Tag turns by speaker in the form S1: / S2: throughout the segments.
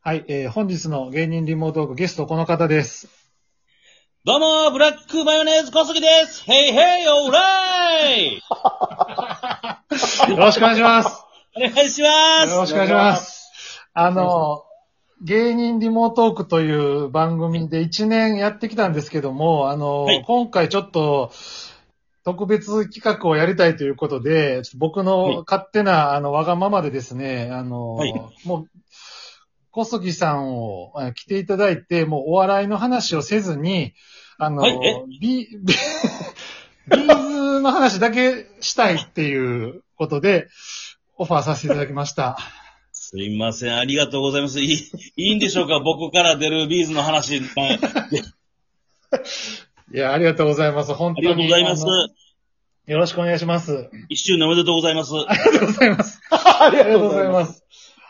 S1: はい、えー本日の芸人リモートークゲストこの方です。
S2: どうもーブラックマヨネーズ小杉ですヘイヘイオーライ
S1: よろしくお願いします。
S2: お願いしま
S1: よろし
S2: す
S1: くお願いします。あの、芸人リモートークという番組で1年やってきたんですけども、あの、
S2: はい
S1: 今回ちょっと特別企画をやりたいということで、ちょっと僕
S2: はい
S1: の勝手な、あの、わがままでですね、あの、
S2: はい
S1: もう、小杉さんをえー来ていただいて、もうお笑いの話をせずに、あの、
S2: はいえ
S1: ビ ビビーズの話だけしたいっていうことで、オファーさせていただきました。
S2: すいません、ありがとうございます。いい、いいんでしょうか僕から出るビーズの話。はい
S1: いや、ありがとうございます。本
S2: あ
S1: 当
S2: り
S1: に。
S2: がとうございます
S1: あ。のよろしくお願いします。
S2: 一周年おめでとうございます。
S1: あ
S2: は
S1: りがとうございます。 ありがとうござい
S3: ま
S1: ます。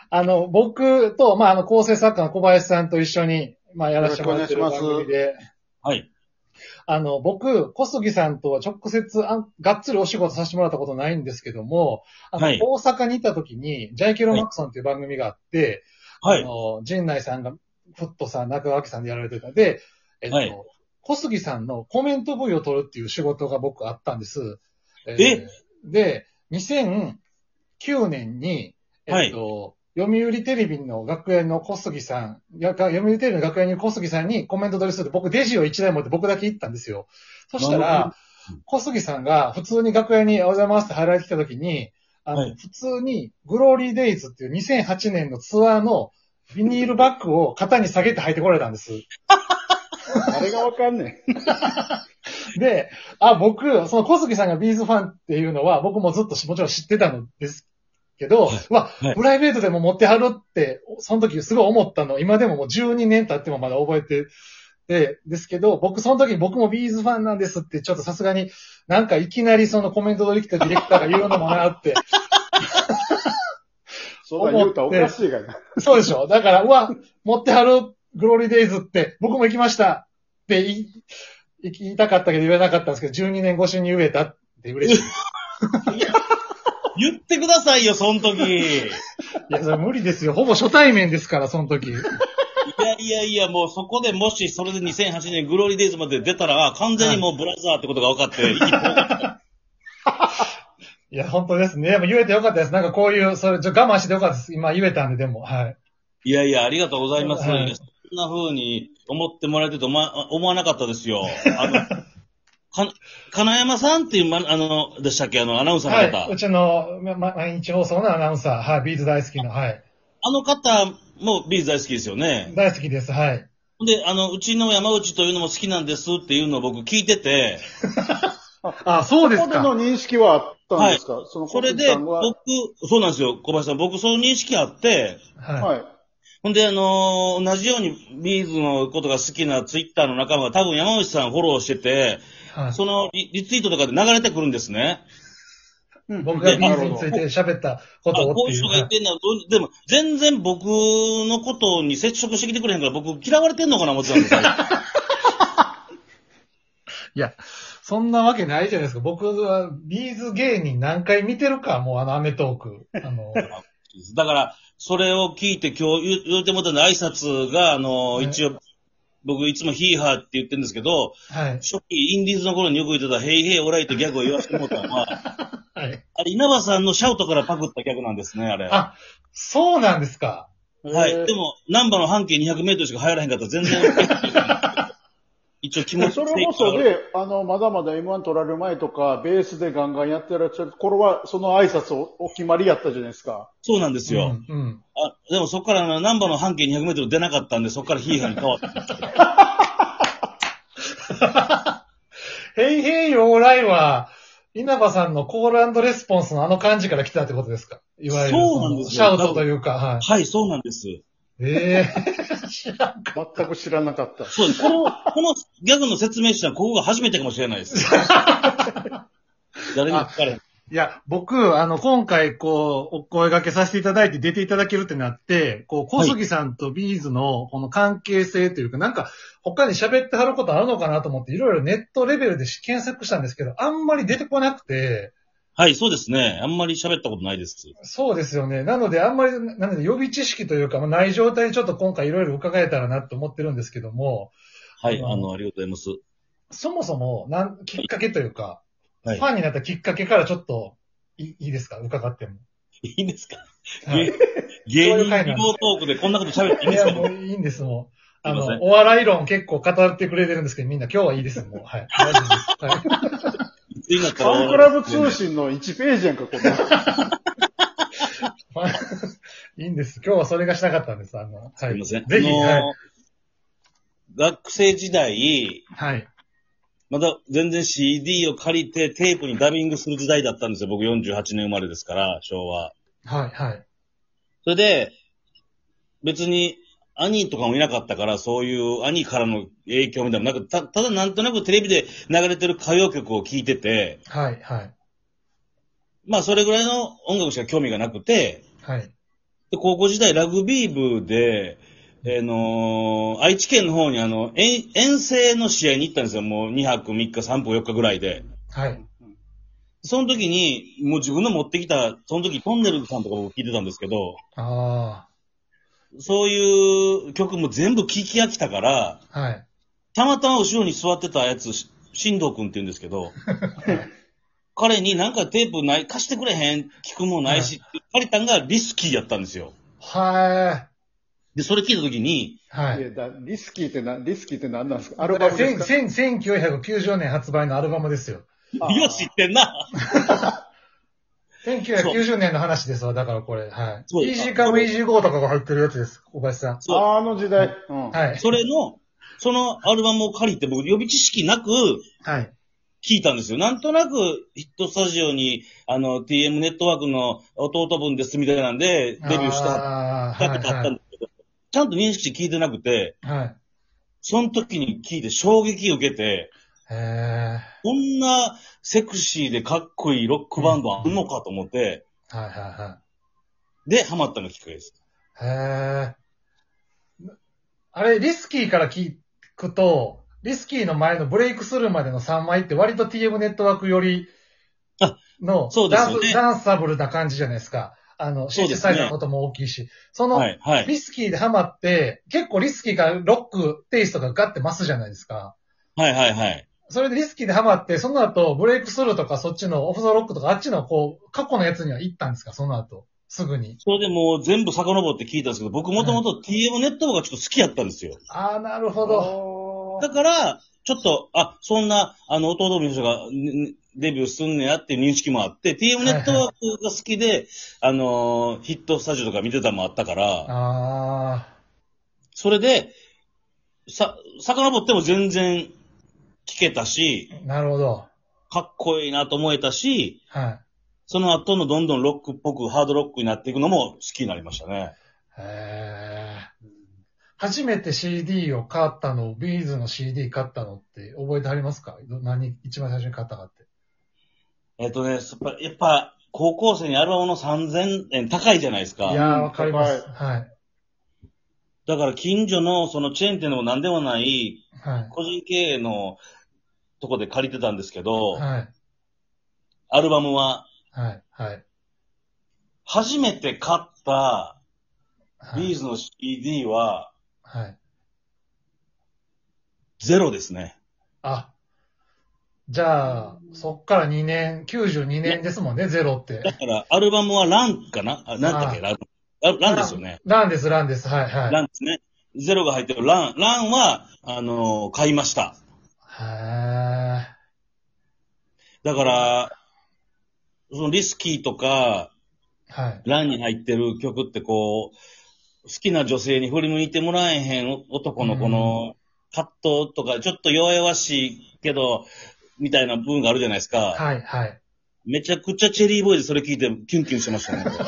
S1: あの、僕と、まあ、あの、構成作家の小林さんと一緒に、まあ、やらせてもらってる
S3: よろ
S1: 番
S3: しくお願いします
S1: 組で、
S2: い。
S1: あの、僕、小杉さんとは直接あん、がっつりお仕事させてもらったことないんですけども、あの、
S2: はい
S1: 大阪にいた時に、ジャイケロマクソンっていう番組があって、
S2: は
S1: あ
S2: い。
S1: の、陣内さんが、フットさん、中川明さんでやられてたで、えっと、
S2: はい
S1: 小杉さんのコメント部位を取るっていう仕事が僕あったんです。え
S2: え
S1: で、2009年に、えっと、読売テレビの学園の小杉さん、やか読売テレビの学園に小杉さんにコメント取りすると、僕、デジを1台持って僕だけ行ったんですよ。そした
S2: なるほ
S1: ら、小杉さんが普通に学園におはようございますって入られてきた時に、あの、
S2: はい
S1: 普通にグローリーデイズっていう2008年のツアーのビニールバッグを肩に下げて入ってこられたんです。
S3: あれがわかんね
S1: で、あ、僕、その小杉さんがビーズファンっていうのは、僕もずっとしもちろん知ってたのですけど、
S2: は
S1: うわ、
S2: はい
S1: プライベートでも持ってはるって、その時すごい思ったの、今でももう12年経ってもまだ覚えてて、ですけど、僕、その時に僕もビーズファンなんですって、ちょっとさすがに、なんかいきなりそのコメント取り来たディレクターが言うのもな って、
S3: ん。そんなん言うたらおかしいがな。
S1: そうでしょだから、うわ、持ってはる、グローリーデイズって、僕も行きましたって言い言いたかったけど言えなかったんですけど、12年越しに言えたって嬉しい。
S2: 言ってくださいよ、その時。い
S1: いや、それ無理ですよ。ほぼ初対面ですから、その時。
S2: やいやいや、もうそこでもしそれで2008年グローリーデイズまで出たら、あ完全にもうブラザーってことが分 かって、
S1: いや、本当ですね。でも言えてよかったです。なんかこういう、それ、ちょ我慢してよかったです。今言えたんで、でも。はい。
S2: いやいや、ありがとうございます。
S1: はい
S2: いやそんな風に思ってもらえてると思わ思わなかったですよ。あの、 か、金山さんっていう、ま、あの、でしたっけ、あの、アナウンサーの方。
S1: はい。うちの、ま、ま毎日放送のアナウンサー。はい。ビーズ大好きの。はい。
S2: あの方もビーズ大好きですよね。
S1: 大好きです。はい。
S2: で、あの、うちの山内というのも好きなんですっていうのを僕聞いてて、
S1: あ、そう
S3: そこでの認識はあったんですか、そ
S2: そ
S3: の小
S2: れ
S3: 杉
S2: で
S3: さん
S2: 僕
S3: は。、
S2: そうなんですよ、小林さん、僕そういう認識あって、
S1: は
S3: はい。
S2: ほんで、あのー同じようにビーズのことが好きなツイッターの仲間が多分山内さんフォローしてて、
S1: い。はい。
S2: そのリリツイートとかで流れてくるんですね。
S3: うん
S1: 僕がビーズ
S3: なる
S1: に
S3: ほ
S1: つ
S3: ど
S1: いて喋ったことを
S2: あこ
S1: っ
S2: う
S1: て
S2: い
S1: い
S2: う
S1: う。
S2: 人
S1: は
S2: が
S1: い
S2: いてんの、どうでも、全然僕のことに接触してきてくれへんから、僕嫌われてんのかな思ってたんですよ。
S1: いや、そんなわけないじゃないですか。僕は、ビーズ芸人何回見てるか、もうあの、アメトーク。あの、
S2: だから、それを聞いて今日言う言うてもらったの挨拶が、あの、
S1: はい
S2: 一応、僕いつもヒーハーって言ってるんですけど、
S1: はい。
S2: 初期インディーズの頃によく言ってた、ヘイヘイオライってギャグを言わせてもらったのは、
S1: はい。
S2: あれ、稲葉さんのシャウトからパクったギャグなんですね、あれ。は
S1: あ、そうなんですか。
S3: へ
S2: い。
S3: ー
S2: でも、ナンバの半径200メートルしか入らへんかったら全然。一応気持ち
S3: それこそで、あの、まだまだ M1 取られる前とか、ベースでガンガンやってらっしゃる頃は、その挨拶をお決まりやったじゃないですか。
S2: そうなんですよ。
S1: うん。うん
S2: あでもそこからあの、ナンバの半径200メートル出なかったんで、そこからヒーハーに変わ った。
S1: ヘイヘイオーライは、稲葉さんのコールレスポンスのあの感じから来たってことですかいわゆる
S2: そうなんですよ
S1: シャウトというか、はい。
S2: はい、そうなんです。
S1: ええ
S3: 全く知らなかった。
S2: そうです。この、このギャグの説明したのここが初めてかもしれないです。 誰にも聞かれへん。
S1: いや、僕、あの、今回、こう、お声掛けさせていただいて出ていただけるってなって、こう、小杉さんとビーズの、この関係性というか、なんか、他に喋ってはることあるのかなと思って、いろいろネットレベルで検索したんですけど、あんまり出てこなくて、
S2: はい、そうですね。あんまり喋ったことないです。
S1: そうですよね。なので、あんまり、なので予備知識というか、まあ、ない状態でちょっと今回いろいろ伺えたらなと思ってるんですけども、
S2: はい、
S1: うん
S2: あの、ありがとうございます。
S1: そもそも、なん、きっかけというか、
S2: はい
S1: ファンになったきっかけからちょっと、いいいですか伺っても。
S2: いいんですか
S1: はい
S2: 芸芸人希望トークでこんなこと喋っていいん
S1: い
S2: です
S1: や、
S2: か
S1: もういいんです、もう。あ
S2: すい
S1: の
S2: ません、
S1: お笑い論結構語ってくれてるんですけど、みんな今日はいいです、もう。はい。大丈夫です。はい
S2: つになった
S3: フ
S2: ら
S3: ァンクラブ通信の1ページやんか、こんな。
S1: いまあ。 いいんです。今日はそれがしたかったんです。あの、は
S2: す
S1: い。
S2: いません。
S1: ぜひ、
S2: あのー
S1: はい。
S2: 学生時代、
S1: はい。
S2: まだ全然 CD を借りてテープにダビングする時代だったんですよ。僕48年生まれですから、昭和。
S1: はい、はい。
S2: それで、別に兄とかもいなかったから、そういう兄からの影響みたいなのもなく、たただなんとなくテレビで流れてる歌謡曲を聴いてて、
S1: はい、はい。
S2: まあそれぐらいの音楽しか興味がなくて、
S1: はい。
S2: で、高校時代ラグビー部で、えーのー愛知県の方にあの、遠遠征の試合に行ったんですよ。もう2泊3日、3泊4日ぐらいで。
S1: はい。
S2: その時に、もう自分の持ってきた、その時トンネルズさんとかも聞いてたんですけど、
S1: あ
S2: そういう曲も全部聞き飽きたから、
S1: あ。はい。
S2: たまたま後ろに座ってたやつ、し新藤くんって言うんですけ ど、彼になんかテープない、貸してくれへん、聞くもんないし、借りたんがリスキーやったんですよ。
S1: は
S2: で、それ聞いた時に、
S1: い。はいい。
S3: やだリスキーってな、リスキーって何なんですかア
S1: だ
S3: ル
S1: か
S3: バ
S1: ら
S3: ムですか
S1: せんせん1990年発売のアルバムですよ。
S3: あー
S2: よし知ってんな
S1: 1990年の話ですわ、だからこれ。はい。
S2: そうです
S1: Easy Come Easy Go とかが入ってるやつです、小林さん。
S2: そう
S3: あの時代。うん。
S1: はい。
S2: それの、そのアルバムを借りて、僕予備知識なく
S1: はい。
S2: 聞いたんですよ。なんとなくヒットスタジオに、あの、TM ネットワークの弟分ですみたいなんで、デビューした、
S1: あー
S2: だけだったんですけど、ちゃんと認識して聞いてなくて、
S1: はい。はい。
S2: その時に聞いて衝撃を受けて、
S1: へ
S2: こんなセクシーでかっこいいロックバンドあんのかと思って、
S1: ー。はいは
S2: で、ハマったのがきっかけです。
S1: いはい。へー。あれ、リスキーから聞くと、リスキーの前のブレイクするまでの3枚って割と TM ネットワークより
S2: あ
S1: の
S2: そうです
S1: ダ
S2: よ
S1: ン
S2: ね
S1: スダンサブルな感じじゃないですか。あの、シ
S2: そう
S1: ン
S2: で
S1: セ
S2: すね
S1: サイザーのことも大きいし。その、
S2: はい、はい、
S1: リスキーでハマって、結構リスキーがロックテイストがガッて増すじゃないですか。
S2: はい、はい、はい。
S1: それでリスキーでハマって、その後ブレイクスルーとかそっちのオフザロックとかあっちのこう、過去のやつには行ったんですかその後。すぐに。
S2: それでもう全部遡って聞いたんですけど、僕もともと TM ネットワークがちょっと好きやったんですよ。
S1: ああ、なるほど。
S3: お
S2: だ
S3: ー
S2: から、ちょっと、あ、そんな、あの、弟の人がねねデビューすんねやっていう認識もあって、TM ネットワークが好きで、あのー、ヒットスタジオとか見てたのもあったから、
S1: あ
S2: それで、さ、遡っても全然聞けたし、
S1: あ、なるほど。
S2: かっこいいなと思えたし、
S1: はい。
S2: その後のどんどんロックっぽく、ハードロックになっていくのも好きになりましたね。
S1: へー初めて CD を買ったの、ビーズの CD 買ったのって覚えてありますかど何、一番最初に買ったかって。
S2: えっ、とね、やっぱ、やっぱ高校生にアルバムの3000円高いじゃないですか。
S1: いやー、わかります。はい。
S2: だから近所のそのチェーン店でも何でもない
S1: はい。
S2: 個人経営のとこで借りてたんですけど、
S1: はい。
S2: アルバムは
S1: はい。はい。
S2: 初めて買った
S1: は
S2: ビー
S1: い。
S2: ズの CD は
S1: はい。
S2: ゼロですね。
S1: あ。じゃあ、そっから2年、92年ですもんね、ゼロって。
S2: だからアルバムはランかなあ、なんだっけランあランですよね。
S1: ランです、ランです。はい、はい。
S2: ランですね。ゼロが入ってるラン。ランは、あのー買いました。
S1: へ
S2: だから、そのリスキーとか、
S1: ーはい。
S2: ランに入ってる曲ってこう、好きな女性に振り向いてもらえへん男のこの葛藤とか、ちょっと弱々しいけど、みたいな部分があるじゃないですか。
S1: はい、はい。
S2: めちゃくちゃチェリーボーイでそれ聞いてキュンキュンしてました ね。
S1: 確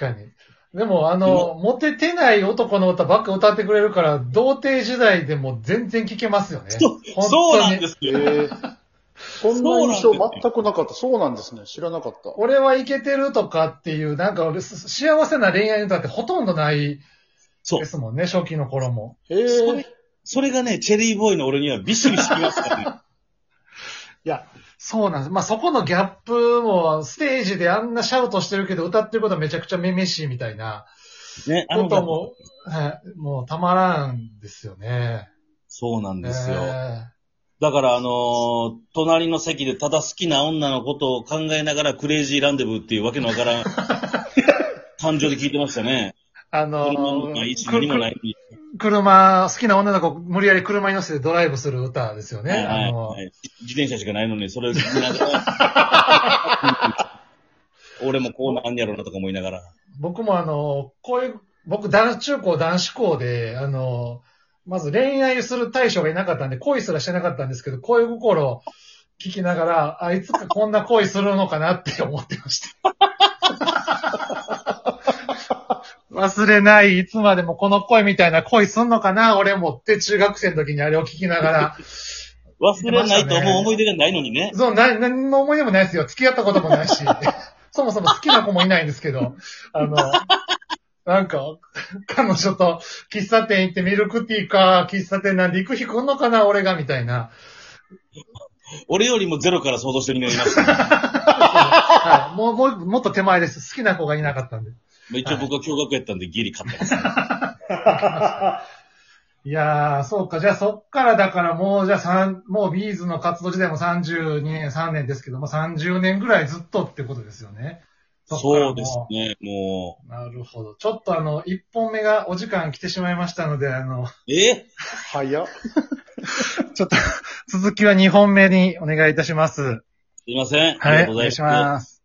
S1: かに。でも、あの、モテてない男の歌ばっか歌ってくれるから、童貞時代でも全然聴けますよね。
S2: そう
S1: 本
S2: そう
S1: 当
S2: なん
S1: に
S2: です
S3: え
S2: よ。
S3: ーそんな印象全くなかった。そうなんですね。知らなかった。
S1: 俺はイケてるとかっていう、なんか俺、す幸せな恋愛の歌ってほとんどない
S2: そう
S1: で。すもんね、初期の頃も。
S3: へえ
S2: それがね、チェリーボーイの俺にはビシビシきますからね。
S1: や、そうなんです。まあ、そこのギャップも、ステージであんなシャウトしてるけど、歌ってることはめちゃくちゃめめしいみたいな、
S2: ね、あ
S1: こ
S2: の
S1: とも、はい、もうたまらんですよね。
S2: そうなんですよ。
S1: え
S2: だから、あのー隣の席でただ好きな女のことを考えながらクレイジーランデブーっていうわけの わからん感情で聞いてましたね。
S1: えあの
S2: 車もないし、何もない。
S1: 車、好きな女の子、無理やり車に乗せてドライブする歌ですよね。
S2: はいは
S1: あ
S2: い
S1: の
S2: はい自転車しかないのに、それを見な がら。俺もこうなんやろうなとか思いながら。
S1: 僕もあの、こういう、僕、男中高、男子校で、あの、まず恋愛する対象がいなかったんで、恋すらしてなかったんですけど、恋心を聞きながら、あいつかこんな恋するのかなって 思ってました。忘れない、いつまでもこの恋みたいな恋すんのかな、俺もって中学生の時にあれを聞きながら、
S2: 忘れないと思う思い出がないのにね。
S1: そう、な、何の思い出もないですよ。付き合ったこともない し。そもそも好きな子もいないんですけど、あの、なんか、彼女と喫茶店行ってミルクティーか、喫茶店なんで行く日来んのかな、俺が、みたいな。
S2: 俺よりもゼロから想像してる人がいました、 ね。
S1: はい、もう、もう、もっと手前です。好きな子がいなかったんで。
S2: まあ一応僕は驚愕やったんでギリ勝ってます。
S1: いやー、そうか。じゃあそっからだからもう、じゃあ三、もうビーズの活動時代も32年、3年ですけども、30年ぐらいずっとってことですよね。っからも
S2: そうですね、も
S1: なるほど。ちょっとあの、一本目がお時間来てしまいましたので、あの、
S2: う。え
S3: 早っ。
S1: ち ょっと、続きは二本目にお願いいたします。
S2: すいません。
S1: は
S2: ありが
S1: い、
S2: と
S1: お
S2: うござ
S1: 願い
S2: います。
S1: します。